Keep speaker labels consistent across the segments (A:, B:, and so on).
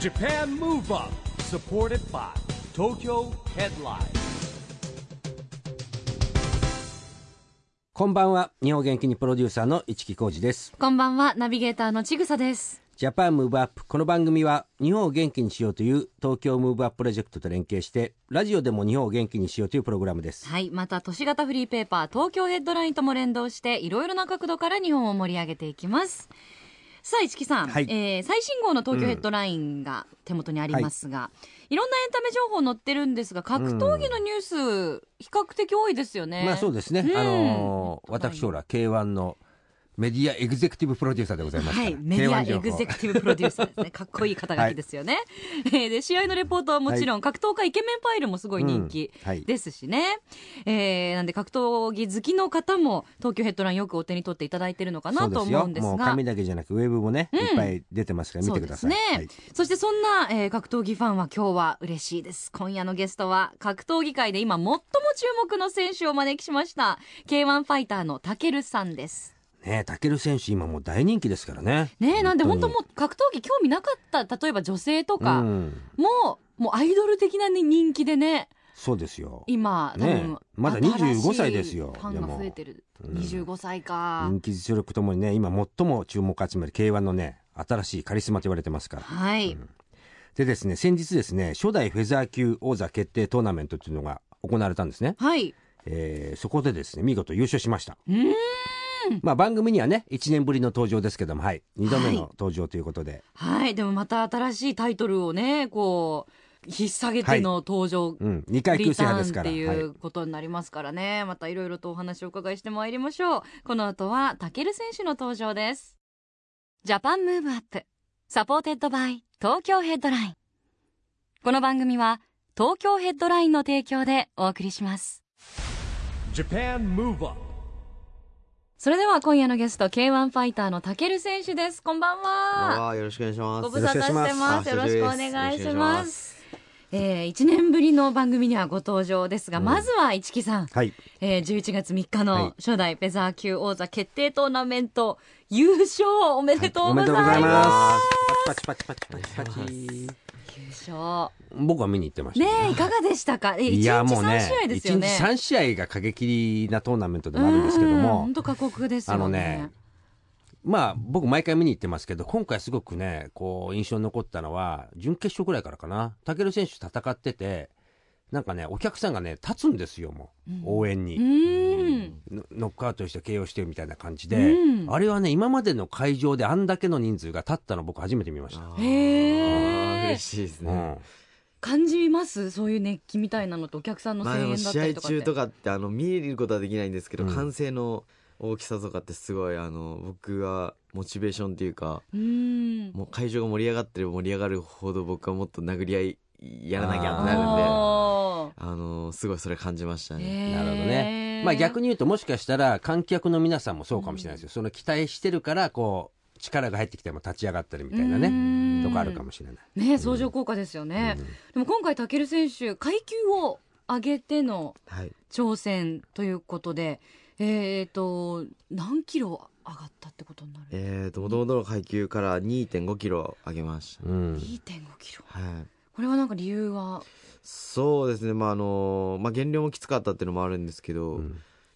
A: JAPAN MOVE UP SUPPORTED BY TOKYO HEADLINE
B: こんばんは日本元気にプロデューサーの市木浩司です
C: こんばんは、ナビゲーターのちぐさです。
B: ジャパンムーブアップこの番組は日本を元気にしようという東京ムーブアッププロジェクトと連携してラジオでも日本を元気にしようというプログラムです
C: はい、また都市型フリーペーパー、東京ヘッドラインとも連動して、いろいろな角度から日本を盛り上げていきます。さあ、市木さん、
B: はい
C: えー最新号の東京ヘッドラインが手元にありますが、い、ろんなエンタメ情報載ってるんですが、格闘技のニュース、比較的多いですよね。
B: まあそうですね、
C: うん
B: あのー私ほら K1 のメディアエグゼクティブプロデューサーでございますか
C: は
B: ら、
C: い、メディア
B: K1 情
C: エ
B: 報
C: グゼクティブプロデューサー ですね。かっこいい肩書きですよね。えーで、試合のレポートはもちろん、格闘家イケメンパイルもすごい人気
B: うんはい
C: ですしね。えーなんで格闘技好きの方も、東京ヘッドラインよくお手に取っていただいてるのかなと思うんです
B: もう
C: が
B: 紙。だけじゃなくウェブもね、いっぱい出てますから見てください、
C: そうですね、
B: はい
C: そしてそんな、えー格闘技ファンは今日は嬉しいです今夜のゲストは格闘技界で今最も注目の選手をお招きしました K1 ファイターのたけるさんです
B: ねえタケル選手今もう大人気ですからね
C: ねえなんで本当
B: に
C: もう格闘技興味なかった例えば女性とか、
B: うん
C: もうもうアイドル的な、ね、人気でね
B: そうですよ
C: 今多
B: ね
C: 分、
B: まだ
C: 新しい
B: 25歳ですよ
C: ファンが増えてる
B: も
C: 25歳か、
B: 人気実力ともにね今最も注目を集める K1 のね新しいカリスマと言われてますから
C: はい、
B: でですね先日ですね初代フェザー級王座決定トーナメントというのが行われたんですね、
C: はい
B: えーそこでですね見事優勝しました
C: うーん
B: まあ番組にはね1年ぶりの登場ですけどもはい2度目の登場ということで、
C: はいでもまた新しいタイトルをねこう引っ提げての登場、
B: うん、2階級
C: リ
B: 制
C: タ
B: 覇で
C: ー
B: す
C: ンっ
B: から
C: てい
B: はいう
C: ことになりますからね、またいろいろとお話をお伺いしてまいりましょうこの後はタケル選手の登場ですジャパンムーブアップサポーテッドバイ東京ヘッドラインこの番組は東京ヘッドラインの提供でお送りします
A: JAPAN MOVE UP
C: それでは今夜のゲスト K1 ファイターのタケル選手ですこんばんは
D: ああ、よろしくお願いします。
C: ご無沙汰してますよ
D: よ
C: ろ
D: ろ
C: し
D: し
C: く
D: く
C: お
D: お
C: 願
D: 願
C: い
D: い
C: し
D: し
C: ま
D: ます
C: えー、1年ぶりの番組にはご登場ですが、まずは市木さん、
B: はい
C: えー、11月3日
B: は
C: の
B: い
C: 初代フェザー級王座決定トーナメント優勝おめでと
B: お
C: うご
B: めで
C: ざい
B: とうご
C: ま
B: ざ
C: す,、
B: いますパチパチパチパチパチパチ
C: 優勝
B: 僕は見に行ってました、
C: ねえいかがでしたかえ
B: い
C: 1日
B: やもう
C: 3
B: ね
C: 試合ですよね
B: 1日3試合が過激なトーナメントでもあるんですけども
C: 本当過酷です
B: あ
C: よ
B: の
C: ね
B: ね、まあ僕毎回見に行ってますけど、今回すごくね、こう印象に残ったのは、準決勝ぐらいからかな。武尊選手と戦ってて、なんかね、お客さんがね、立つんですよ、もう。応援
C: う
B: に。
C: ーん
B: ノノックアウトして KO してるみたいな感じで、
C: うん
B: あれはね、今までの会場であんだけの人数が立ったの僕初めて見ました。
C: へー
D: 嬉しいです
B: う
D: ね。
B: ん。
C: 感じますそういう熱気みたいなのとお客さんの
D: まあ
C: 声
D: でも
C: 援だった
D: 試
C: り
D: 合
C: とかって、
D: 中とかってあの見ることはできないんですけど、
B: うん
D: 歓声の大きさとかってすごいあの僕はモチベーションっていうか、
C: うーん
D: もう会場が盛り上がってる盛り上がるほど僕はもっと殴り合いやらなきゃってなるんで、あ
C: あ
D: のすごいそれ感じました
C: ー
D: ね。
B: なるほどね。まあ逆
C: に
B: に言うともしかしたら観客の皆さんもそうかもしれないですよ。その期待してるから、こう、力が入ってきても立ち上がったりみたいなね、とかあるかもしれない。
C: ね相乗効果ですよね、でも今回タケル選手階級を上げての
D: はい。
C: 挑戦ということで、えっ、と、何キロ上がったってことになる
D: えーと、もともとの階級から2.5キロ上げました。
B: うん。
C: ?2.5 キロ。
D: はい。
C: これはなんか理由は、
D: そうですね、まああのまあ、減量もきつかったっていうのもあるんですけど、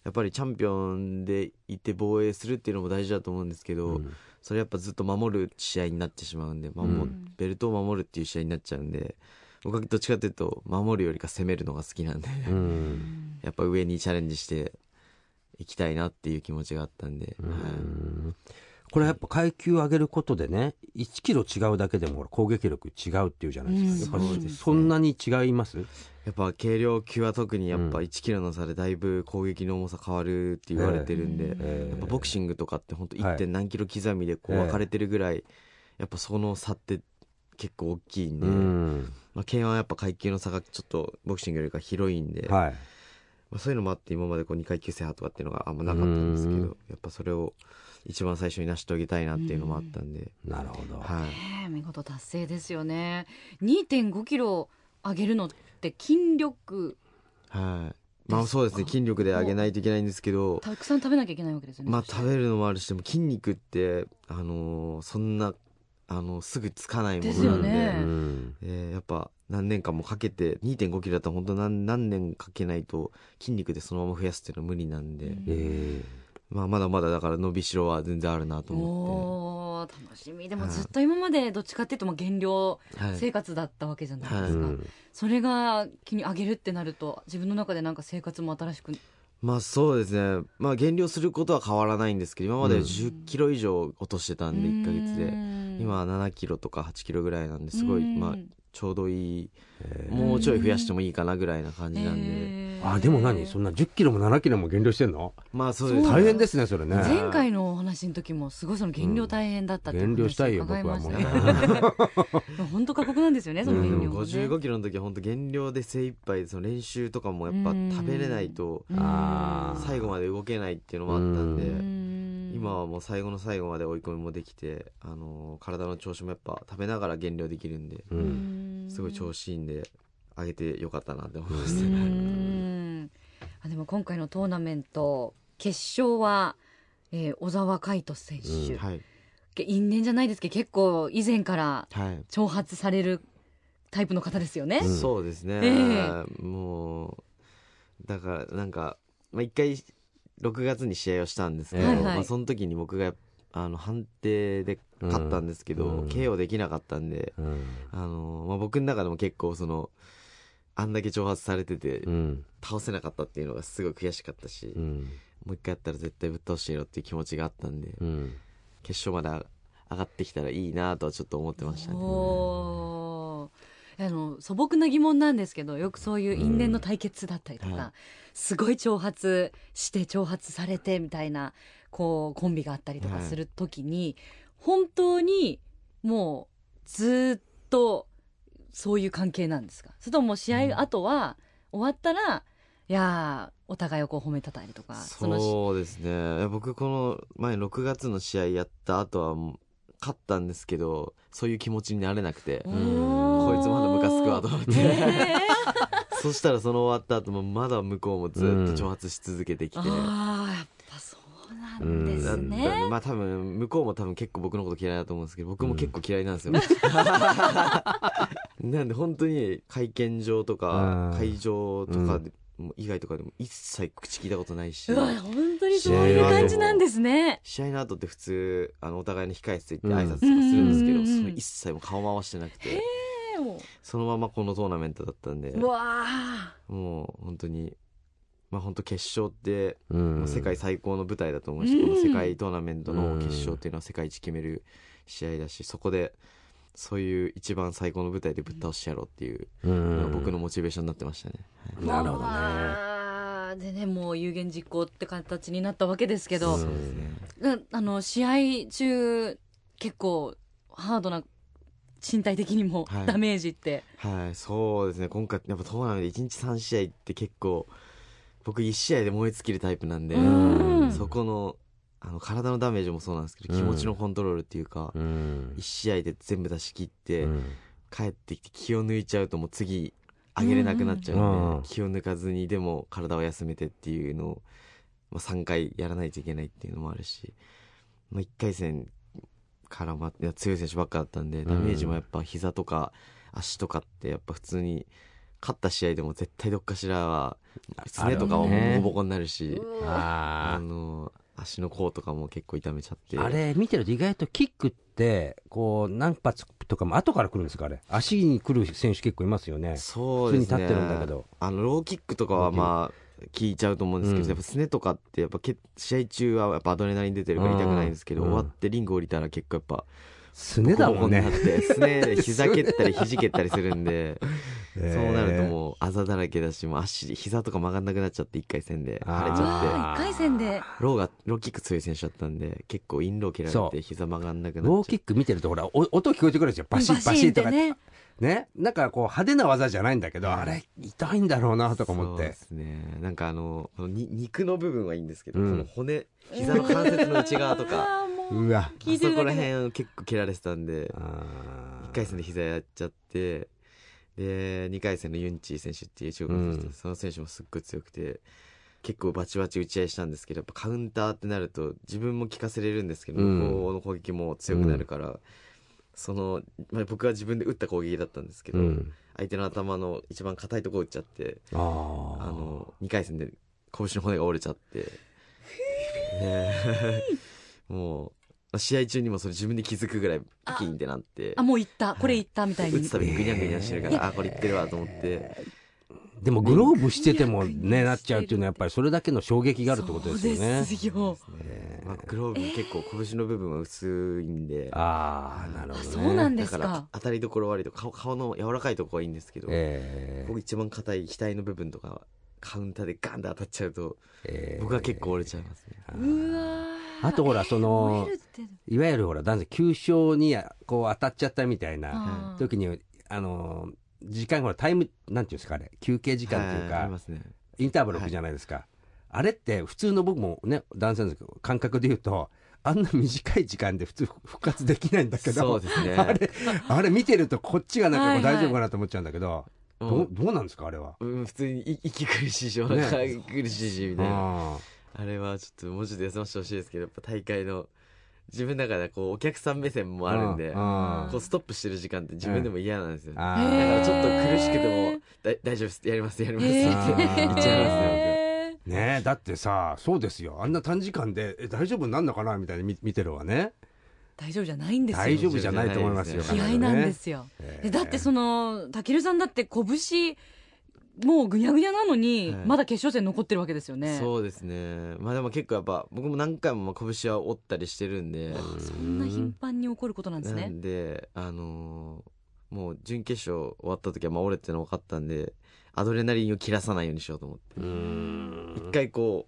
D: やっぱりチャンピオンでいて防衛するっていうのも大事だと思うんですけど、それやっぱずっと守る試合になってしまうんで、まあもうベルトを守るっていう試合になっちゃうんで僕はどっちかというと守るよりか攻めるのが好きなんで、
B: うん。
D: やっぱ上にチャレンジしていきたいなっていう気持ちがあったんで、はい
B: これやっぱ階級上げることでね、1キロ違うだけでもほら攻撃力違うっていうじゃないですか。
C: うん
B: やっ
C: そう
B: ぱ
C: で
B: り
C: すね
B: そんなに違います
D: やっぱ軽量級は特にやっぱ1キロの差でだいぶ攻撃の重さ変わるって言われてるんで、やっぱボクシングとかって本当
B: はい
D: 1. 点何キロ刻みでこう
B: ええ
D: 分かれてるぐらいやっぱその差って結構大きいんで、
B: うん。
D: まあ、K1 はやっぱ階級の差がちょっとボクシングよりか広いんで、
B: はい。
D: まあ、そういうのもあって今までこう2階級制覇とかっていうのがあんまなかったんですけ
B: う
D: どやっぱそれを一番最初に成し遂げたいなっていうのもあったんで、
B: なるほど。
D: はい、
C: ねえ見事達成ですよね。2.5キロ上げるのって筋力、
D: はい、まあそうですね筋力で上げないといけないんですけど
C: たくさん食べなきゃいけないわけですよね。
D: まあ
C: そして
D: 食べるのもあるしでも筋肉ってあのーそんなあのすぐつかないも
C: です
D: のな
C: よ
D: んで
C: ね
B: うん
D: えーやっぱ何年間もかけて2 5キロだったら本当何何年かけないと筋肉でそのまま増やすっていうのは無理なんで、
C: うん
B: え
D: まあ、まだまだだから伸びしろは全然あるなと思
C: おー楽しみでも
D: はい
C: ずっと今までどっちかっていうとまあ減量
D: って、はい
C: 生活だったわけじゃないで
B: え
C: すか、
B: うん
C: それが気に上げるってなると自分の中でなんか生活も新しく
D: まあそうですね、まあ、減量することは変わらないんですけど今まで1 0キロ以上落としてたんで1ヶ月で。今は7キロとか8キロぐらいなんですごい、まあ、ちょうどいいもうちょい増やしてもいいかなぐらいな感じなんで、
B: あでも何そんな1 0キロも7キロも減量してんの
D: まあそうです
C: そう
B: 大変ですねそれね
C: 前回のお話の時もすごいその減量大変だったって
B: 減量したいよ
C: 伺
B: 僕は
C: まし
B: もう
C: た
B: ね
C: ね本当過酷なんですよねその減量もね、
D: 55キロの時は本当減量で精一杯その練習とかもやっぱ食べれないと
C: うん
B: あー
D: 最後まで動けないっていうのもあったんで
C: うん
D: 今はもう最後の最後まで追い込みもできてあのー体の調子もやっぱ食べながら減量できるんで
B: うん
D: すごい調子いいんで上げてよかったなって思いま
C: う
D: すね
C: んあでも今回のトーナメント決勝は、えー小沢海斗選手、
D: はい
C: け因縁じゃないですけど結構以前から
D: はい
C: 挑発されるタイプの方ですよね。
D: そうですね、
C: え
D: もうだからなんかまあ、一回6月に試合をしたんですけど、
B: はいはい
D: まあ、その時に僕があの判定で勝ったんですけど、
B: うん
D: KO できなかったんで、
B: うん
D: あのまあ、僕の中でも結構そのあんだけ挑発されてて
B: うん
D: 倒せなかったっていうのがすごい悔しかったし、
B: うん
D: もう一回やったら絶対ぶっ倒してやろうっていう気持ちがあったんで、
B: うん
D: 決勝まで上がってきたらいいなとはちょっと思ってましたね。
C: おーあの素朴な疑問なんですけどよくそういう因縁の対決だったりとか、
D: うんはい
C: すごい挑発して挑発されてみたいなこうコンビがあったりとかする時に、本当にもうずっとそういう関係なんですかそれとももう試合後は終わったら、いやーお互いをこう褒めたたえるとかの
D: そうですねいや僕この前6月の試合やった後はもう勝ったんですけどそういう気持ちになれなくてこ
C: こ
D: いつまだムカつくわと思っ
C: え
D: て
C: ー
D: そしたらその終わった後もまだ向こうもずっと挑発し続けてきて、
C: ああやっぱそうなんです
D: だったん
C: ね
D: で。まあ多分向こうも多分結構僕のこと嫌いだと思うんですけど僕も結構嫌いなんですよ、なんで本当に会見場とか
B: うん
D: 会場とかでも以外とかでも一切口聞いたことないし
C: うわ本当にそういう感じなんですね。
D: 試合の後って普通あのお互いの控え室行って
B: うん
D: 挨拶とかするんですけど、
C: うん
D: その一切もう顔回してなくて
C: でも
D: そのままこのトーナメントだったんで
C: うわあ
D: もう本当にまあ本当決勝って
B: うん
D: もう世界最高の舞台だと思うし、
C: うん
D: この世界トーナメント
B: う
D: の
B: ん
D: 決勝っていうのは世界一決める試合だしそこでそういう一番最高の舞台でぶっ倒してやろうっていう
B: うん
D: のが僕のモチベーションになってましたね、はい
B: なるほどね
C: どね。でねもう有言実行って形になったわけですけど、
B: うん
D: ですね
C: があの試合中結構ハードな身体的にも
D: はい
C: ダメージって、
D: はい、そうですね。今回、やっぱトーナメント1日3試合って結構、僕1試合で燃え尽きるタイプなんで、
C: うん
D: そこの、あの、体のダメージもそうなんですけど、
B: うん
D: 気持ちのコントロールっていうか、
B: うん
D: 1試合で全部出し切って、
B: うん
D: 帰ってきて気を抜いちゃうともう次、上げれなくなっちゃうので、
B: うん
D: 気を抜かずに、でも体を休めてっていうのを、まあ、3回やらないといけないっていうのもあるし、まあ、1回戦からまいや強い選手ばっかだったんで、ダメージもやっぱ膝とか足とかってやっぱ普通に勝った試合でも絶対どっかしらはすねとかは
B: あるよ
D: ボ
B: ね
D: コボコになるし、あ
B: あ
D: の足の甲とかも結構痛めちゃって
B: ーあれ見てると意外とキックってこう何発とかも後から来るんですかあれ足に来る選手結構いますよね
D: そうですね
B: 普通に立ってるんだけど
D: あのローキックとかはまあ効いちゃうと思うんですけど、
B: うん
D: やっぱすねとかってやっぱけ試合中はやっぱアドレナリン出てるから痛くないんですけど、
B: うん
D: 終わってリング降りたら結構やっぱ
B: すねだ
D: ボコボ
B: も
D: コ
B: ん
D: になっ
B: ね
D: てすね で膝蹴ったり肘蹴ったりするんでそうなると
B: う
D: もうあざだらけだしもう足膝とか曲がんなくなっちゃって1回戦で腫れち
C: う
D: ゃって
C: わあ一回戦で
D: ローがローキック強い選手だったんで結構インロー蹴られ
B: そ
D: て
B: う
D: 膝曲がんなくなっちゃ
B: ロー
D: って
B: キック見てるとほらお音聞こえてくるんですよバシッバシッとか
C: バシンってね
B: ねなんかこう派手な技じゃないんだけどあれ痛いんだろうなとか思っ
D: そうで
B: て
D: すねなんかあのこのに肉の部分はいいんですけど、
B: うん
D: この骨膝の関節の内側とか
C: あーもう
B: うわ
C: 聞いて
D: あ
C: る
D: そこ
C: だけ
D: ら
C: で
D: 辺結構蹴られてたんで1回戦で膝やっちゃってで2回戦のユンチー選手っていう中国の選手、
B: うん
D: その選手もすっごい強くて結構バチバチ打ち合いしたんですけどやっぱカウンターってなると自分も効かせれるんですけど
B: うん
D: 向こうの攻撃も強くなるから、その、まあ、僕は自分で打った攻撃だったんですけど、
B: うん、
D: 相手の頭の一番硬いところ打っちゃって
B: あー
D: あの2回戦で拳の骨が折れちゃって、ね えもう試合中にもそれ自分で気づくぐらい
C: あ
D: キーンってなって
C: あもう行ったこれ行ったみたい
D: 打
C: に
D: つたびにグニャグニャしてるからあこれいってるわと思って
B: でもグローブしてても
C: う
B: ね
C: ん
B: なっちゃうっていうのはやっぱりそれだけの衝撃があるってことですよね。
C: そうですよ
B: え
D: まあグローブ結構拳の部分は薄いん
B: ー
D: で
B: ああなるほどね。
C: あそうなんだ
D: だから当たりどころ悪いと顔顔の柔らかいところはいいんですけど、
B: えー
D: 僕一番硬い額の部分とかはカウンターでガンって当たっちゃうと
B: えー
D: 僕は結構折れちゃいますね、
C: うわー
B: あとほらその
C: 燃えるって
B: いわゆるほら男性急所にこう当たっちゃったみたいな
C: あー
B: 時にあの時間ほらタイムなんていうんですかあれ休憩時間っていう
D: はいあり
B: か
D: ますね
B: インターバル置くじゃないですか、あれって普通の僕もね男性の感覚で言うとあんな短い時間で普通復活できないんだけど
D: そうですね
B: あれあれ見てるとこっちがなんかこう
C: はいはい
B: 大丈夫かなと思っちゃうんだけど、
D: もう
B: どうどうなんですかあれは。
D: うん、普通にい息苦しいし、お腹
B: ね
D: 苦しいし、みたいな。
B: あ
D: あれはちょっともうちょっと休ませてほしいですけど、やっぱ大会の、自分の中ではこう、お客さん目線もあるんで、
B: あ
D: こう、ストップしてる時間って自分でも嫌なんですよね。
B: あ
C: へー
D: だ
B: ー
D: からちょっと苦しくても、だ大丈夫です、やります、やります、
C: え
D: って言っ
B: ー
D: ちゃいますね。
C: えー
B: ねえだってさそうですよあんな短時間でえ大丈夫になんのかなみたいに見見てるわね
C: 大丈夫じゃないんですよ
B: 大丈夫じゃないと思いますよ
D: 大丈夫じゃ
C: 嫌いなんで
B: ね
C: すよ
B: え
C: で
B: え
C: だってそのたけるさんだって拳もうぐにゃぐにゃなのに、
D: はい
C: まだ決勝戦残ってるわけですよ
D: 僕
C: ね
D: そうですね。まあでも結構やっぱ、僕も何回もまあ拳は折ったりしてるんで、
C: そんな頻繁に起こることなんです
D: な
C: ね
D: んで、あのーもう準決勝終わった時はまあ折れてるの分かったんで、アドレナリンを切らさないようにしようと思って。
B: うーん
D: 一回こ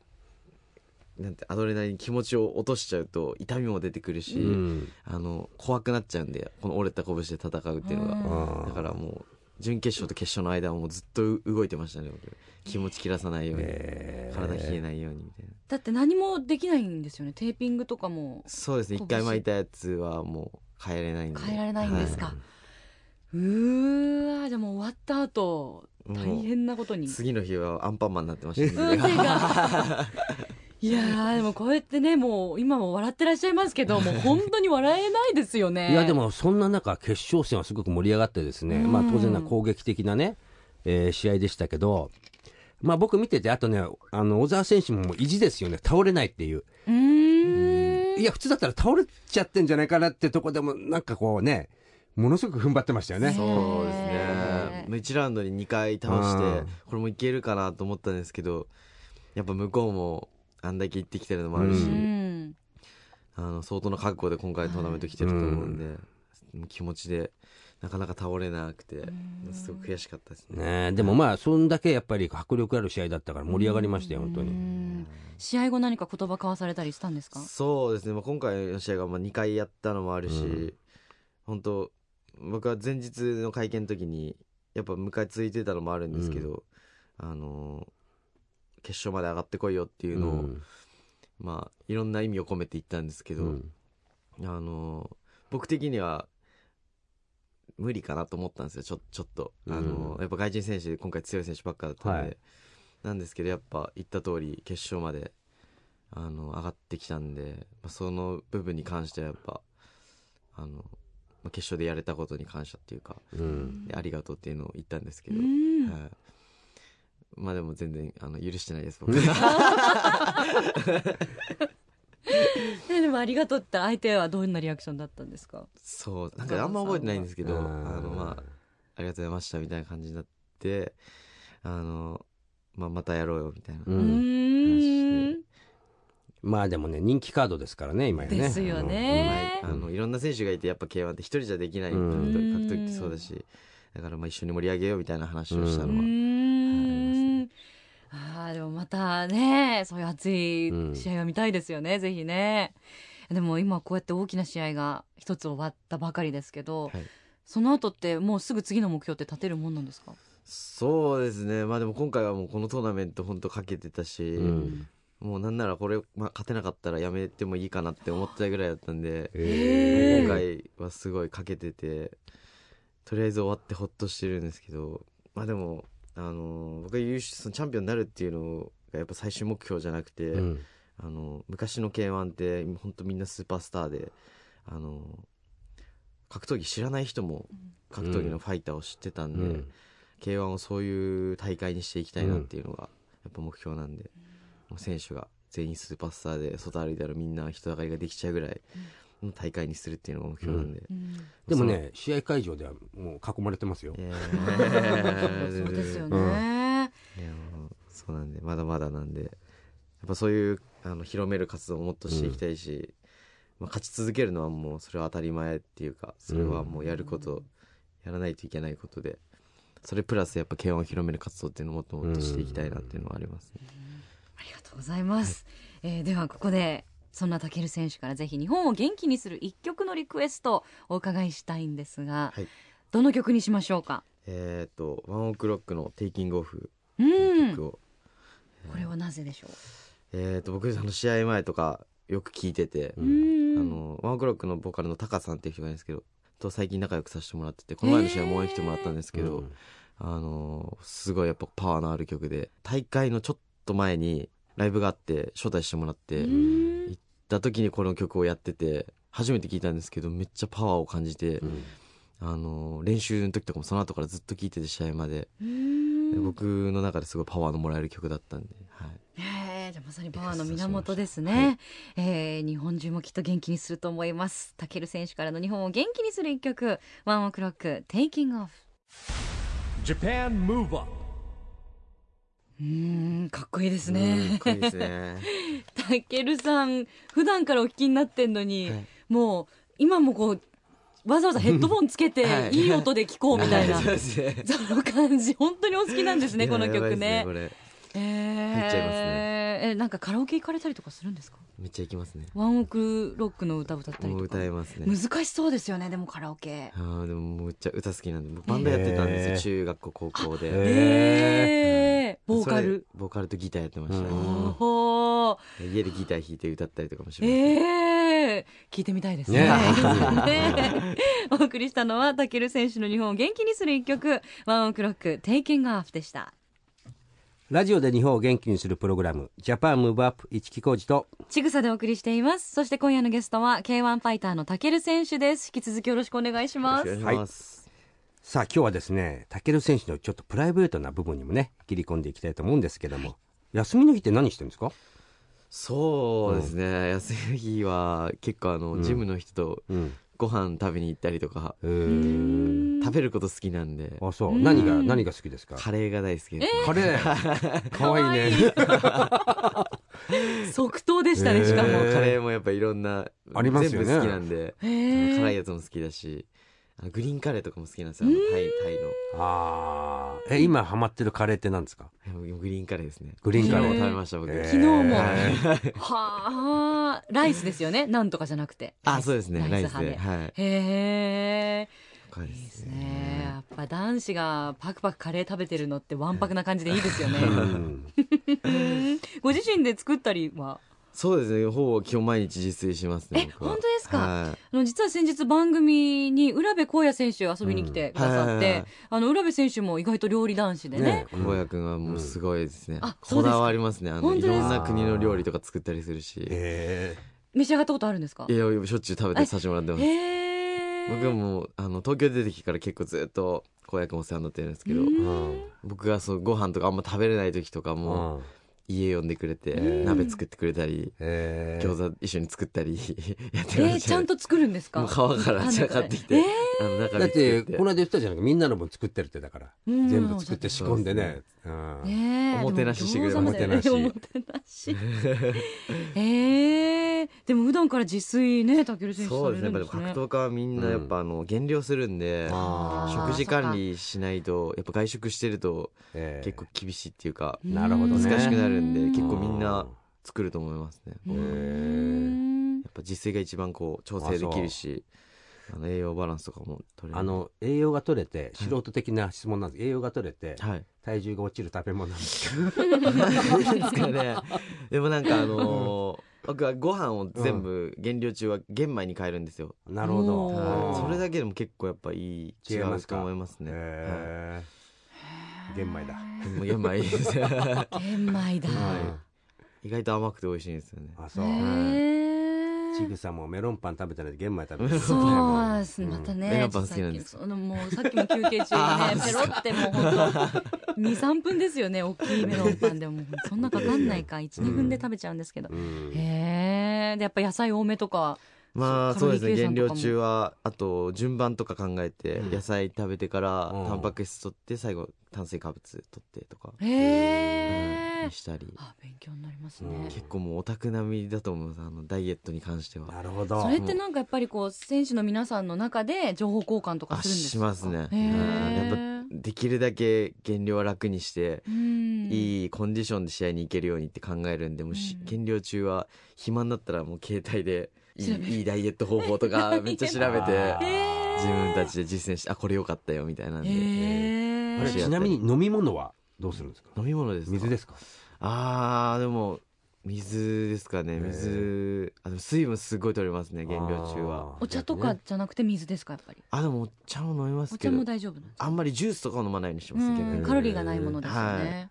D: う、なんて、アドレナリン気持ちを落としちゃうと痛みも出てくるし、
B: うん
D: あの、怖くなっちゃうんで、この折れた拳で戦うっていうの
C: うん
D: が。
B: あ
D: だ
B: ー
D: からもう、準決勝と決勝の間はもうずっと動いてましたね、僕。気持ち切らさないように。
B: え
D: 体冷えないようにみたいな。
C: だって何もできないんですよねテーピングとかも
D: そうですね、一回巻いたやつはもう変えれないんで。
C: 変えられないんですか、
D: は
C: うーわじゃあもう終わった後
D: うん
C: 大変なことに、
D: いう次の日はアンパンマンになってました
C: ん手
D: ね。
C: が いやーでもこうやってねもう今も笑ってらっしゃいますけどもう本当に笑えないですよね
B: いやでもそんな中決勝戦はすごく盛り上がってですね、
C: うん
B: まあ当然な攻撃的なね、えー試合でしたけど、まあ僕見てて、あとね、あの、小沢選手ももう意地ですよね。倒れないっていう。
C: うーん
B: いや、普通だったら倒れちゃってんじゃないかなってとこでも、なんかこうね、ものすごく踏ん張ってましたよね。
D: そうです
C: へ
D: ね
C: ー。
D: もう1ラウンドに2回倒し
B: う
D: て
B: ん、
D: これもいけるかなと思ったんですけど、やっぱ向こうもあんだけ行ってきてるのもあるし、
B: う
C: うん
D: あの相当な覚悟で今回トーナメント来てると思うんで、もう気持ちでなかなか倒れなくて、すごく悔しかったですね。
B: ねえでもまあ、そんだけやっぱり迫力ある試合だったから盛り上がりましたよ、本当
C: う
B: に。
C: ん試合後何か言葉交わされたりしたんですか
D: そうですね、まあ、今回の試合がまあ2回やったのもある
B: う
D: し、
B: ん
D: 本当僕は前日の会見の時にやっぱ迎えついてたのもあるんですけど、あの決勝まで上がってこいよっていうのを、
B: うん
D: まあ、いろんな意味を込めて言ったんですけど、
B: うん
D: あのー僕的には無理かなと思ったんですよちょちょっと、あのー
B: うん
D: やっぱ外人選手今回強い選手ばっかだったんで、
B: はい
D: なんですけどやっぱ言った通り決勝まで、あの上がってきたんで、まあ、その部分に関してはやっぱ、あのまあ決勝でやれたことに感謝っていうか
B: うん
D: でありがとうっていうのを言ったんですけ
C: う
D: ど、
C: ん
D: はい、まあでも全然あの許してないです 僕
C: えでもありがとうって相手はどんなリアクションだったんですか
D: そうなんかあんま覚えてないんですけど、
B: うん
D: あのまあありがとうございましたみたいな感じになって、あの、まあ、またやろうよみたいな。
B: う
C: うー
B: ん
C: ん
B: まあでもね、人気カードですからね、今やね。
C: ですよね
D: あの、いろんな選手がいて、やっぱ K1 って一人じゃできない、
B: うん
D: 格闘格闘技ってそうだし、だからまあ一緒に盛り上げようみたいな話をした
C: う
D: のは、
C: ーんあーでもまたねそういう熱い試合が見たいですよね、ぜひねでも今こうやって大きな試合が一つ終わったばかりですけど、
D: はい
C: その後ってもうすぐ次の目標って立てるもんなんですか、
D: そうですね、まあでも今回はもうこのトーナメント本当かけてたし、
B: うん
D: もうなんならこれ、まあ、勝てなかったらやめてもいいかなって思ってたぐらいだったんで、
B: え
D: 今回はすごいかけててとりあえず終わってほっとしてるんですけどまあでもあの僕が優勝そのチャンピオンになるっていうのがやっぱ最終目標じゃなくて、
B: えうん
D: あの昔の k 1って本当みんなスーパースターであの格闘技知らない人も格闘技のファイターを知ってたんで、
B: うん
D: K1 をそういう大会にしていきたいなっていうのがやっぱ目標なんで、もう選手が全員スーパースターで外歩いたらみんな人だかりができちゃうぐらいの大会にするっていうのが目標なんで、
B: でもね試合会場ではもう囲まれてますよ
D: え
C: そ
D: ー
C: うですよね。
D: いやもうそうなんでまだまだなんでやっぱそういうあの広める活動をもっとしていきたいし、まあ、勝ち続けるのはもうそれは当たり前っていうかそれはもうやること、やらないといけないことでそれプラスやっぱ K1 を広める活動っていうのをもっともっとしていきたいなっていうのはありますね、
C: ありがとうございます。えーではここでそんなタケル選手からぜひ日本を元気にする一曲のリクエストをお伺いしたいんですが、
D: はい
C: どの曲にしましょうか。
D: えっ、と「ワンオクロックの「テイキングオフ」
C: う。
D: というん曲を、
C: これはなぜでしょ
D: えっ、と僕あの試合前とかよく聞いてて、
C: う。
B: う
C: うんん。
D: あのワンオクロックのボーカルのタカさんっていう人がいるんですけどと最近仲良くさせてもらっててこの前の試合も応援来てもらったんですけど、
B: うん
D: あのーすごいやっぱパワーのある曲で大会のちょっと前にライブがあって招待してもらって行
C: うん
D: った時にこの曲をやってて初めて聞いたんですけどめっちゃパワーを感じて、
B: ん
D: あのー練習の時とかもその後からずっと聴いてて試合まで、
C: うん
D: で僕の中ですごいパワーのもらえる曲だったんで、はい、
C: えーじゃあまさにパワーの源ですね、えー日本中もきっと元気にすると思いますタケル選手からの日本を元気にする一曲ワンオクロックテイキングオフ
A: Japan Move Up
C: うーんかっこいいです
D: うん
C: ね
D: かっこいいですね
C: タケルさん普段からお聞きになってんのに、
D: はい
C: もう今もこうわざわざヘッドホンつけて、
D: はい
C: い、い音で聞こうみたいな、
D: そうですね
C: その感じ本当にお好きなんですねこの
D: いややばい
C: 曲
D: です
C: ね
D: これ
C: えー
D: 入っちゃいますね
C: えなんかカラオケ行かれたりとかするんですか
D: めっちゃいきますね
C: ワンオクロックの歌歌ったり
D: も
C: と
D: う
C: か
D: 歌えますね
C: 難しそうですよねでもカラオケ
D: あーでももうめっちゃ歌好きなんで僕バンドやってたんですよ、
B: へー
D: 中学校高校で、
B: へー
C: えー、ボーカ
D: それ
C: ル
D: ボーカルとギターやってましたね、
B: う
C: おー
D: 家でギター弾いて歌ったりとかもしました、
C: ええ聞いてみたいですね
B: ね
C: いいですねお送りしたのはタケル選手の日本を元気にする一曲ワンオクロックテイキングアフでした
B: ラジオで日本を元気にするプログラム「ジャパンムーブアップ一木工事と
C: ちぐさでお送りしていますそして今夜のゲストは K1 ファイターのタケル選手です引き続きよろしくお願いしま
D: よろ
C: す
D: しくお願いします、
B: さあ今日はですねタケル選手のちょっとプライベートな部分にもね切り込んでいきたいと思うんですけども、休みの日って何してるんですか
D: そうですね、休みの日は結構あの、ジムの人と
B: うん
D: ご飯食べに行ったりとか、
B: えー
D: 食べること好きなんで
B: あそう何が何が好きですか
D: カレーが大好きで す、
B: カレーかわいいね
C: 即答でしたねしかも、
D: も
B: へ
D: う
B: ー
D: カレーもやっぱいろんな
B: ありますよね
D: 全部好きなんで
C: へー
D: 辛いやつも好きだしあのグリーンカレーとかも好きなんですよあのタイタイの
B: ああえ今ハマってるカレーって何ですか
D: グリーンカレーですね。
B: グリーンカレー
D: 昨日も食べました、僕。
B: えー
C: 昨日も
B: へ
C: はあライスですよ ねなんとかじゃなくて
D: あ、そうですね。
C: ラ
D: ラ
C: イ
D: イ
C: ス
D: ス
C: 派で
D: で。はい。
C: へえ
D: カレー
C: いい
D: で
C: です
D: すね
C: ねやっぱ男子がパクパクカレー食べてるのってわんぱくな感じでいいですよね
B: うん
C: ご自身で作ったりは
D: そうですね。ほぼ基本毎日自炊しますね。
C: え
D: 僕は
C: 本当ですか
D: はい
C: あの実は先日番組に浦部光也選手遊びに来てくださっ
D: うんはいはいは
C: て
D: い
C: あの浦部選手も意外と料理男子でね
B: ね
D: 小谷君はもうすごいですね。
C: あそう
D: こ
C: ですか
D: だわりますね。あの、
C: 本
D: い
C: 当ですか
D: ろんな国の料理とか作ったりするし。い
B: え
C: 召し上がったことあるんですか
D: や、しょっちゅう食べてさせてもらってます。
C: へえ
D: 僕はもう、あの、東京出てきてから結構ずっと、小谷君お世話になってるんですけど、
B: ーうん
D: 僕がそう、ご飯とかあんま食べれない時とかも、
B: うん
D: 家呼んでくれて、鍋作ってくれたり、
B: えー
D: 餃子一緒に作ったり、 や
C: え
D: ってましたね
C: ーちゃんと作るんですか
D: もう皮からじゃあ買ってきて、あの中
B: だっ
D: で作
B: て
D: って
B: この間言ったじゃないかみんなの分作ってるってだから
C: うん
B: 全部作って仕込んでねうん
C: ねえ
D: おもてなししてくれる
C: でも餃子まで
B: おもてなし
C: おもてなしええでも普段から自炊ねたける選手さ
D: そう
C: れ
D: で
C: る
D: す
C: ん
D: ねや
C: で
D: っ
C: す
D: ぱ
C: ね
D: 格闘家はみんなやっぱあの減量するんで、
C: あー
D: 食事管理しないとやっぱ外食してると
B: えー
D: 結構厳しいっていうか、
B: なるほどね
D: 難しくなるんで
C: うん
D: 結構みんな作ると思いますね、
C: う
D: や
C: ん
D: っぱ自炊が一番こう調整できるしあの栄養バランスとかも取れる
B: あの栄養が取れて素人的な質問なんですけど栄養が取れて
D: はい
B: 体重が落ちる食べ物なんですけど
D: なんですかねでもなんかあのー僕はご飯を全部減量中は玄米に変えるんですよ、
B: なるほど
C: お
D: は
C: ー
D: いそれだけでも結構やっぱいい違
B: 違いま
D: う
B: すか
D: と思いますね、は
B: へー玄米だ
D: いもう玄米いいです ね
C: 玄米だ、
D: い意外と甘くて美味しいんですよね
B: あそう
C: へえ
B: 違ちぐさもメロンパン食べてないで玄米食べてる
C: そうなんです、
B: うん
C: またね。
D: メロンパン好きなんです
C: さっきのあのもうさっきも休 憩中にね、ペロってもう本当二三分ですよね。大きいメロンパンでももうそんなかかんないか、一二分で食べちゃうんですけど。
B: うん
C: へえ。でやっぱ野菜多めとか。
D: まあ
C: そ
D: そううですね
C: カロ
D: 減
C: リー計算とかも
D: 量中はあと順番とか考えて野菜食べてから
B: うん
D: タンパク質取って最後炭水化物取ってとか
C: へえ
D: に。したり
C: あ勉強になります
B: うん
C: ね。
D: 結構もうオタク並みだと思いますあのダイエットに関しては
B: なるほど
C: それってなんかやっぱりこう選手の皆さんの中で情報交換とか
D: あ
C: するんですか。
D: しますね
C: へ
D: うんやっぱ
C: え。
D: できるだけ減量は楽にして
C: うん。
D: いいコンディションで試合に行けるようにって考えるんでもうし
C: うん
D: 減量中は暇になったらもう携帯でい
C: 調べる
D: いいいダイエット方法とかめっちゃ調べ
B: あー
D: て
C: へ
D: 自分たちで実践してあこれ良かったよみたいなん
C: え。
D: で飲
C: へ
B: あれ
C: え。
B: ちなみに飲み物はどうするんですか
D: み物ですか
B: 水ですか
D: あーでも水ですかね
B: ー
D: 水あでも水分すごい取れますね減量中は
C: お茶とかじゃなくて水ですかやっぱり。
D: あでもお茶も飲みま
C: お
D: すけ
C: 茶
D: ど
C: も大丈夫なんですか
D: あんまりジュースとかは飲まないようにしてます
C: うん
D: 逆に
C: カロリーがないものですよ
D: はい
C: ね。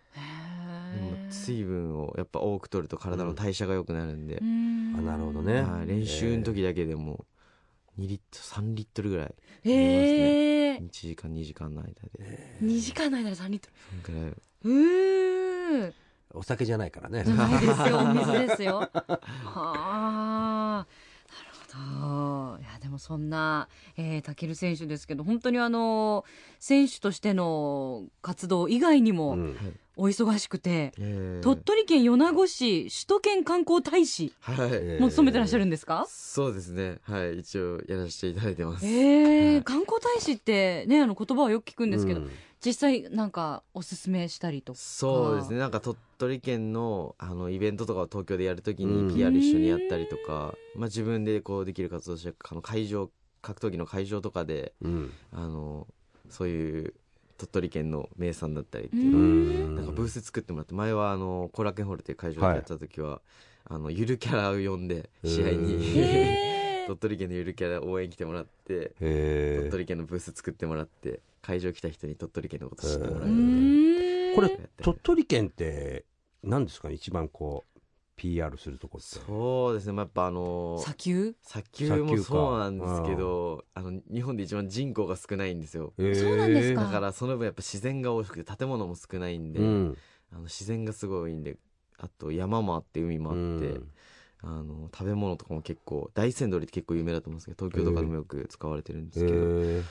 D: で
C: へ
D: も
C: ー
D: 水分をやっぱ多く取ると体の代謝が良くなるんで
C: う、ん
B: あなるほどね
D: はい練習の時だけでも2リットル3リットルぐらい
C: へえ
D: 1時間2時間の間で
C: 2時間の間で3リット
D: そんくらい
C: ルうー
B: お酒じゃないからね
C: じゃないですよお水ですよ はあなるほどいやでもそんな、えー、タケル選手ですけど本当にあの選手としての活動以外に
B: う
C: も
B: ん
C: お忙しくて、
D: えー
C: 鳥取県米子市首都圏観光大使
D: はい
C: も務めてらっしゃるんですか、
D: そうですねはい一応やらせていただいてます
C: え
D: は
C: ー、
D: い
C: 観光大使ってねあの言葉はよく聞くんですけど、
B: うん
C: 実際なんかおすすめしたりとか
D: そうですねなんか鳥取県のあのイベントとかを東京でやるとき
B: う
D: に
B: ん
D: PR 一緒にやったりとか、まあ、自分でこうできる活動をしてあの会場格闘技の会場とかで
B: うん
D: あのそういう鳥取県の名産だったりって
C: う
D: いう、
B: うんん
D: なんかブース作ってもらって前はあの後楽園ホールっていう会場で
B: はい
D: やった時は、あのゆるキャラを呼んで試合
B: へ
D: に
C: えー
D: 鳥取県のゆるキャラ応援来てもらって
B: へ
D: 鳥
B: ー
D: 取県のブース作ってもらって会場来た人に鳥取県のこと知ってもら
C: うー
D: うみ
C: ん
B: これ鳥取県って何ですかね一番こう PR するとこったて
D: いなそうですね、まあ、やっぱあの
C: 砂丘
D: 砂丘もそうなんですけどあの日本で一番人口が少ないんですよ
B: へー
C: そうなんです
D: だ
C: か
D: からその分やっぱ自然が多くて建物も少ないんで、
B: うん
D: あの自然がすごい多いんであと山もあって海もあって、
B: うん
D: あの食べ物とかも結構大山鶏って結構有名だと思うんですけど東京とかでもよく使われてるんですけど、
B: へー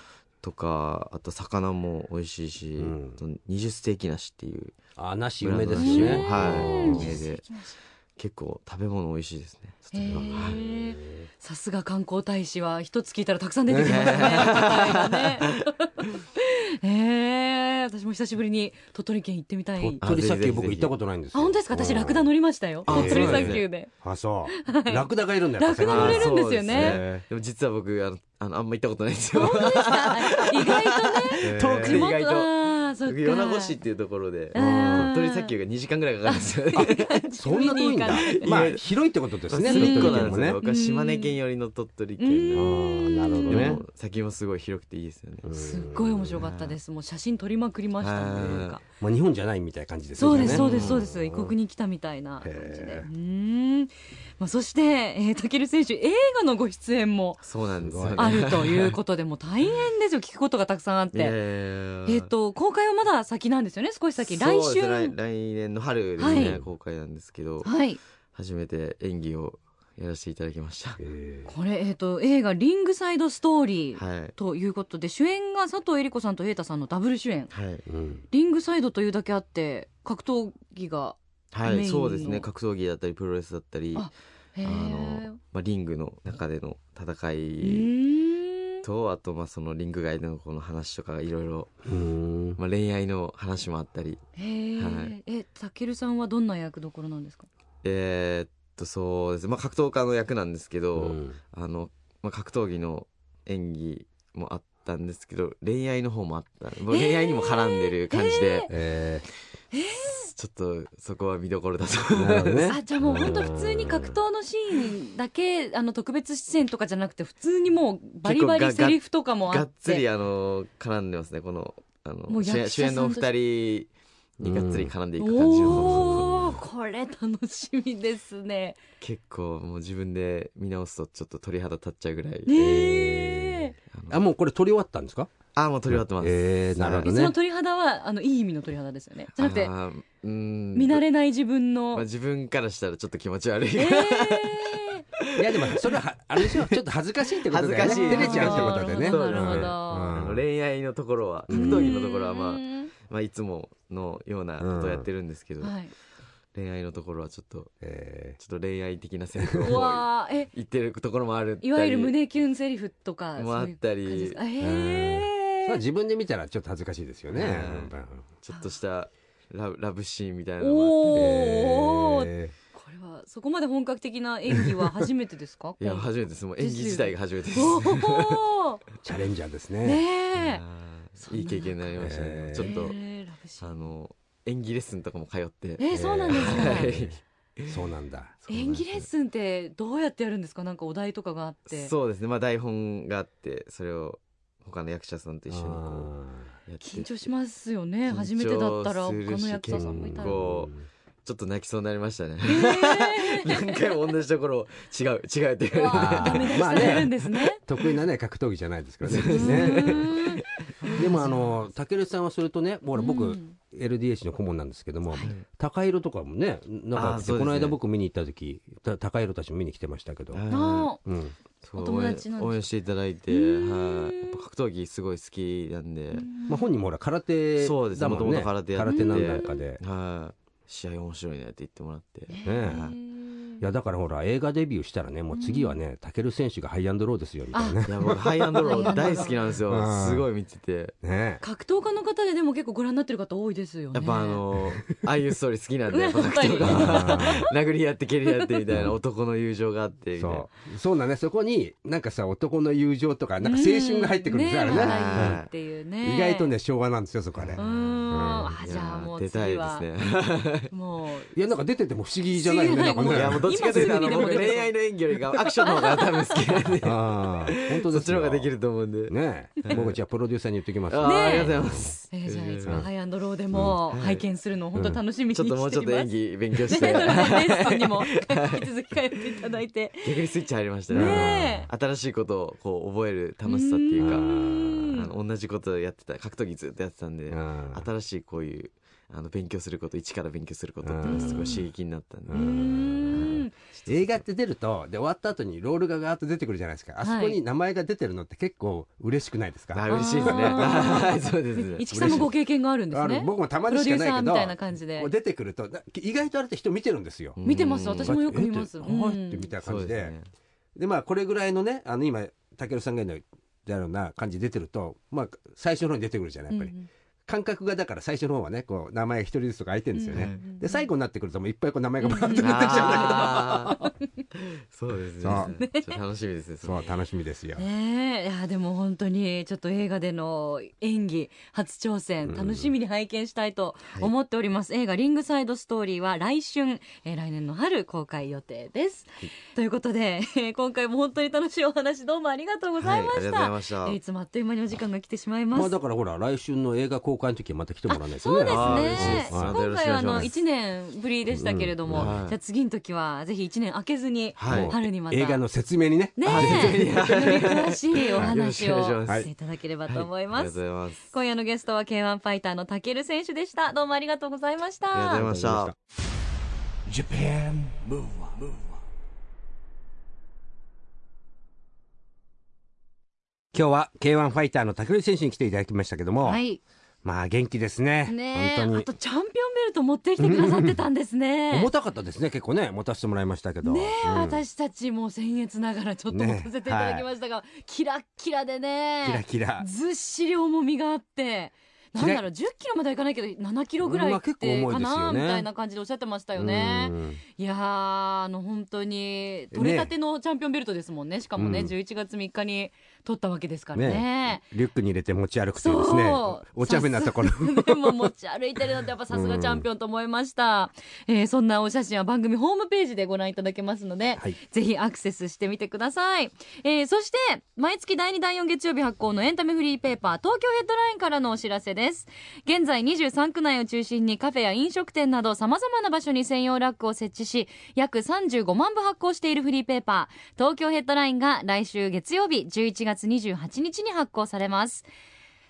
D: とかあと魚も美味しいし、
B: うん
D: あと二十世紀梨っていう
B: あなし有名です
D: ブ
B: よ
D: ラ
B: ね
D: ンド梨もはい
C: うん
D: 有名で結構食べ物美味しいですね
C: へ
D: 例えばはい
C: ーさすが観光大使は一つ聞いたらたくさん出てきますね答えがね へー私も久しぶりに鳥取県行ってみたい
B: 鳥
C: あ
B: 取砂
D: あぜひぜ
B: 丘
D: ひ
B: 僕行ったことないんですよ
C: 本当ですか私ラクダ乗りましたよ
B: あ
C: 鳥取
B: そうなんですね
C: 砂丘で
B: あそうラクダがいるんだよ
C: ラクダ乗
D: あ
C: れ
D: ー
C: るんですよね
D: そうでも実は僕あのあのあんま行ったことないんですよ
C: 本当ですか意外とね
D: 遠く
C: 地
D: で意
C: 元
D: 外と
C: あーそっか
D: 僕米子市っていうところで
C: あー
D: 鳥取砂丘が2時間ぐらいかかるんですよね
B: そんな遠いんだ
C: 見に行かない
B: まあ広いってことですね
D: そう
B: 鳥
D: 一個
B: 取
D: なん
B: 県
D: で
B: も
D: す
B: ね
D: よ僕は島根県寄りの鳥取
C: う
D: 県なんで
C: ん
B: あーなるほど
D: で
B: ね
D: も砂丘もすごい広くていいですよね
C: すっごい面白かったですもう写真撮りまくりましたねなんか
B: まあ日本じゃないみたいな感じです
C: そ
B: よ
C: う
B: ね
C: ですそうですそうで
B: ん
C: す異国に来たみたいな感じで
B: へ
C: うーんまあそしてえータケル選手映画のご出演も
D: そうなんですよ
B: す
D: ね
B: ごい
C: あるということでもう大変ですよ聞くことがたくさんあっ
D: いやい
C: て
D: やいや
C: えっと公開はまだ先なんですよね少し先来
D: そう
C: 週
D: です来来年の春ですね、
B: はい
D: 公開なんですけど
C: はい
D: 初めて演技をやらせていただきました
B: へー
C: これえっと映画リングサイドストーリー
D: はい
C: ということで主演が佐藤恵理子さんと瑛太さんのダブル主演
D: はい、
B: うん
C: リングサイドというだけあって格闘技が
D: は
C: メイン
D: い、
C: の
D: そうですね格闘技だったりプロレスだったり
C: あ
D: あ
C: へー
D: の、まあ、リングの中での戦
C: う
D: い
C: ーん
D: とあとまあそのリング外でのこの話とかいろいろ、
B: うん
D: まあ、恋愛の話もあったり
C: へー
D: はい
C: えたけるさんはどんな役どころなんですか
D: えーっとそうですね、まあ、格闘家の役なんですけど、
B: うん
D: あのまあ、格闘技の演技もあったんですけど恋愛の方もあったもう恋愛にも絡んでる感じで。
B: え
D: ちょっとそこは見どころだと
B: ーなるほどね
C: あじゃあもう本当普通に格闘のシーンだけあの特別出演とかじゃなくて普通にもうバリバリ
D: 結構
C: セ
D: が
C: リフとかもあ
D: が
C: っ
D: っつり
C: て
D: あの絡んでますねこのあ
C: もう
D: の
C: 役
D: 主
C: 者
D: 演主演のお二人にがっつり絡んでいく感
C: お
D: じの
C: おーこれ楽しみですね。
D: 結構もう自分で見直すとちょっと鳥肌立っちゃうぐらい、
C: ねえ。
B: あ、もうこれ撮り終わったんですか
D: あもう撮り終わってます、
B: えーなるほど
C: そ
B: ね
C: の鳥肌はあのいい意味の鳥肌ですよね。じゃなくて
D: あーうん
C: 見慣れない自分の。
D: まあ、自分からしたらちょっと気持ち悪い、
C: え
B: いやでもそれはあれでしょちょっと恥ずかしいってことだよね
D: 恥ずかしい
B: 照れちゃうってことだよね
D: あーなるほど
B: うん
D: あ
C: な
D: の
B: うん
D: 恋愛のところは
B: う
D: 格
B: ん
C: ー。
D: 闘技のところはま
C: う
D: あ、
C: ーん
D: まあ、いつものようなことをやってるんですけど、
C: はい。
D: 恋愛のところはちょっと
B: え
D: ちょっと恋愛的なセリフ
C: う
D: を
C: わーえ
D: 言ってるところもあるったり
C: いわゆる胸キュンセリフとか
D: もあったり
C: そういう感じで
B: ーそれ
C: すか
B: は
C: へえ
B: 自分で見たらちょっと恥ずかしいですよね
D: うん
B: うん
D: ちょっとしたラブラブシーンみたいなのもあって
C: おお、
B: え
C: これはそこまで本格的な演技は初めてですか
D: いや初めてですもう演技自体が初めてです
C: おお
B: ーチャレンジャーです
C: ね
B: ね
C: え
D: いやーいい経験になりましたね、
B: えー
D: ちょっと、
C: えーラブシーン
D: あの演技レッスンとかも通って
C: えーそうなんですか、
D: はい
B: そうなんだ
C: 演技レッスンってどうやってやるんですかなんかお題とかがあって
D: そうですねまあ台本があってそれを他の役者さんと一緒にこうやって
C: 緊張
D: ち
C: しますよね
D: 緊張
C: 初めてだったら
D: す
C: 他
D: るし
C: の役者さんもいたら、
D: 結構ょっと泣きそうになりましたね
C: え
D: 何回も同じところを違う違うって
C: ー、
D: 言 われて
C: わあダメ出しされるんですね,、
B: 得意なね格闘技じゃないですからね
D: そうです
B: ね
C: ね
B: でもあのたけるさんはそれとねほら
C: う
B: 僕
C: ん
B: LDH の顧問なんですけども高色とかもねなん
D: あー
B: か
D: そうですね
B: この間僕見に行った時た高色たちも見に来てましたけど
D: はい
C: あ
B: うん
D: そう
C: お友達なんです
D: 応援していただいて
C: うん
D: はいやっぱ格闘技すごい好きなんで
B: まあ本人もほら空手
D: そうです
B: だもんね
D: 元々空手やって
B: 空手なんなんかで
D: はい試合面白いねって言ってもらって
B: ねいやだからほら映画デビューしたらねもう次はねタケル選手がハイアンドローですよみたいなね
D: いや僕ハイアンドロー大好きなんですよ
B: うん
D: すごい見てて
B: ね
C: 格闘家の方ででも結構ご覧になってる方多いですよね
D: やっぱあのああいうストーリー好きなんで
C: う
D: や
C: ん
D: っぱ格
B: う
C: や
D: 闘
C: っ
D: が
B: ん
D: 殴り合って蹴り合ってみたいな男の友情があってみたいな
B: そうそうなんねそこになんかさ男の友情とかなんか青春が入ってくるんですよあれ
C: ね
B: ね
C: え
D: はい
C: 若いっていうね
B: 意外とね昭和なんですよそこあれ
C: うーんあ
D: い
C: じゃあ
D: や
C: もう
D: ー出た
C: 次
D: いで
C: は
D: すね
C: もう
B: いやなんか出てても不思議じゃないよねなんか
C: 不思
B: ね
C: 議
D: い
C: じゃな
D: やもうどっちかというとあの
C: 今すぐにでも
D: 僕
C: 出てきそう
D: 恋愛の演技よりかアクションの方が多分好きなんで
B: あー本当です
D: そ
B: よ
D: っちの方ができると思うんで
B: ねえ僕じゃあプロデューサーに言ってきます
D: あー
C: ねえ
D: ありがとうござい ます
C: えーじゃあいつ
B: う
C: も
B: ん
C: ハイアンドローでも拝見するのを本当楽しみにして
D: ちょ
C: い
D: っ
C: ま
D: と
C: す
D: もうちょっと演技勉強し
C: ね
D: て
C: なのでレッスンにも引き続き通っていただいて
D: 逆にスイッチ入りましたね
C: ね
D: 新しいことをこう覚える楽しさっていうか
C: う
D: あ
C: ん
D: の同じことやってた格闘技ずっとやってたんで
B: うん
D: 新しいこういうあの勉強すること一から勉強することっていうのがすごい刺激になったんで
C: うーん
B: 映画って出るとで終わった後にロールがガーッと出てくるじゃないですかあそこに名前が出てるのって結構嬉しくないですか、
D: あ嬉しいですね
C: あ
D: そうですね
C: 市木さんもご経験があるんです
B: あ
C: ね
B: の僕もたま
C: プ
B: に
C: ロ
B: し
C: デュ
B: か
C: ー
B: ないけ
C: サーみ
B: ど
C: たいな感じで
B: こう出てくるとな意外とあれって人見てるんですよ、
D: うん
C: 見てます私もよく見ます
B: えっ
C: う
B: てはい
C: ん
B: ってみたいな
D: そ
B: 感
D: う
B: じ
D: で
B: ですで,、
D: ね
B: まあこれぐらいのねあの今たけるさんが言うのような感じ出てるとまあ最初の方に出てくるじゃないやっぱり、
C: うん
B: 感覚がだから最初の方はねこう名前が一人ずつとか空いてるんですよね、
D: うんうん
C: うん
B: で最後になってくるともういっぱいこう名前がバーッと出てきちゃうんだけど、
D: あーそうですね
B: そう
D: ちょっと楽しみですねそれ
B: そう楽しみですよ、
C: ねえいやでも本当にちょっと映画での演技初挑戦楽しみに拝見したいと思っております、映画「リングサイドストーリー」は来春、えー来年の春公開予定です、ということで、えー今回も本当に楽しいお話どうもありがとうございま
D: はいあり
C: し
D: がとうござい
C: た、
D: ました
C: えーいつもあっという間にお時間が来てしまいます、
B: まあだからほら来春の映画公開の時はまた来てもらわないと
C: そうです
D: あー嬉しい
C: ね
D: ですまた
C: 今
D: よろしく
C: 回
D: お
C: は
D: 願
C: あ
D: いします
C: の1年ぶりでしたけれども、
D: うんはい
C: じゃあ次の時はぜひ1年明けずに、
D: はい
B: もう
C: 春にまた
B: 映画の説明にね
C: ねえ、より詳しいお話をしていただければと思い
D: あ
C: ま
D: りがとう
C: す
D: ご。ざいます
C: 今夜のゲストは K1 ファイターのたける選手でした。どうもありがとうございました。
D: ありがとうございまし
B: ありがとうございました
D: た
A: Japan Move Up, Move Up.
B: 今日は K1 ファイターの竹内選手に来ていただきましたけども、
C: はい。
B: まあ元気ですね
C: ねえ、
B: 本当
C: あ
B: に
C: とチャンピオンベルト持ってきてくださってたんですね
B: 重。たかったですね結構ね持たせてもらいましたけど
C: ねえ、
B: うん
C: 私たちも僭越ながらちょっと持たせていただきましたが、キラッキラでね。
B: キラキラ
C: ずっしり重みがあって。なんだろう10キロまではいかないけど7キロぐらい
B: ま
C: っ
B: あ結構
C: て
B: 重い
C: か
B: です
C: な
B: よ
C: み
B: ね
C: たいな感じでおっしゃってましたよね。
B: うん
C: いやーあの本当に取れたてのチャンピオンベルトですもんねしかもね、
B: うん
C: 11月3日に取ったわけですからね
B: ねリュックに入れて持ち歩くというですね
C: そう
B: お茶目なところ
C: さすでも持ち歩いてるのってやっぱさすがチャンピオンと思いました、えーそんなお写真は番組ホームページでご覧いただけますので、
B: はい
C: ぜひアクセスしてみてください、えーそして毎月第2第4月曜日発行のエンタメフリーペーパー東京ヘッドラインからのお知らせですです現在23区内を中心にカフェや飲食店など様々な場所に専用ラックを設置し約35万部発行しているフリーペーパー東京ヘッドラインが来週月曜日11月28日に発行されます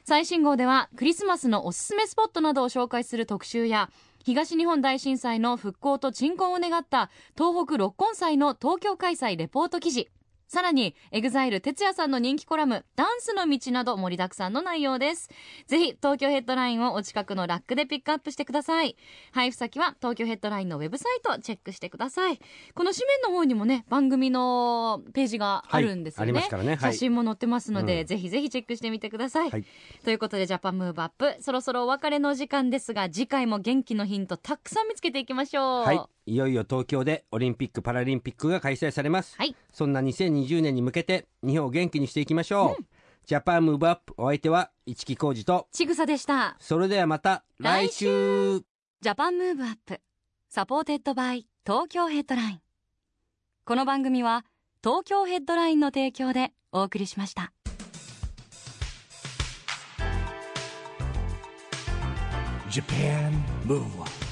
C: 最新号ではクリスマスのおすすめスポットなどを紹介する特集や東日本大震災の復興と鎮魂を願った東北六根祭の東京開催レポート記事さらに、エグザイル哲也さんの人気コラム、ダンスの道など盛りだくさんの内容です。ぜひ、東京ヘッドラインをお近くのラックでピックアップしてください。配布先は、東京ヘッドラインのウェブサイトをチェックしてください。この紙面の方にもね、番組のページがあるんですよね。
B: はいありますからねはい
C: 写真も載ってますので、
B: うん
C: ぜひぜひチェックしてみてください。
B: はい
C: ということで、ジャパンムーブアップ、そろそろお別れのお時間ですが、次回も元気のヒントたくさん見つけていきましょう。
B: はい、いよいよ東京でオリンピック・パラリンピックが開催されます、
C: はい
B: そんな2020年に向けて日本を元気にしていきましょう、ジャパンムーブアップお相手は市木浩二と
C: ちぐさでした。
B: それではまた来週
C: ジャパンムーブアップサポーテッドバイ東京ヘッドラインこの番組は東京ヘッドラインの提供でお送りしました
A: Japan Move Up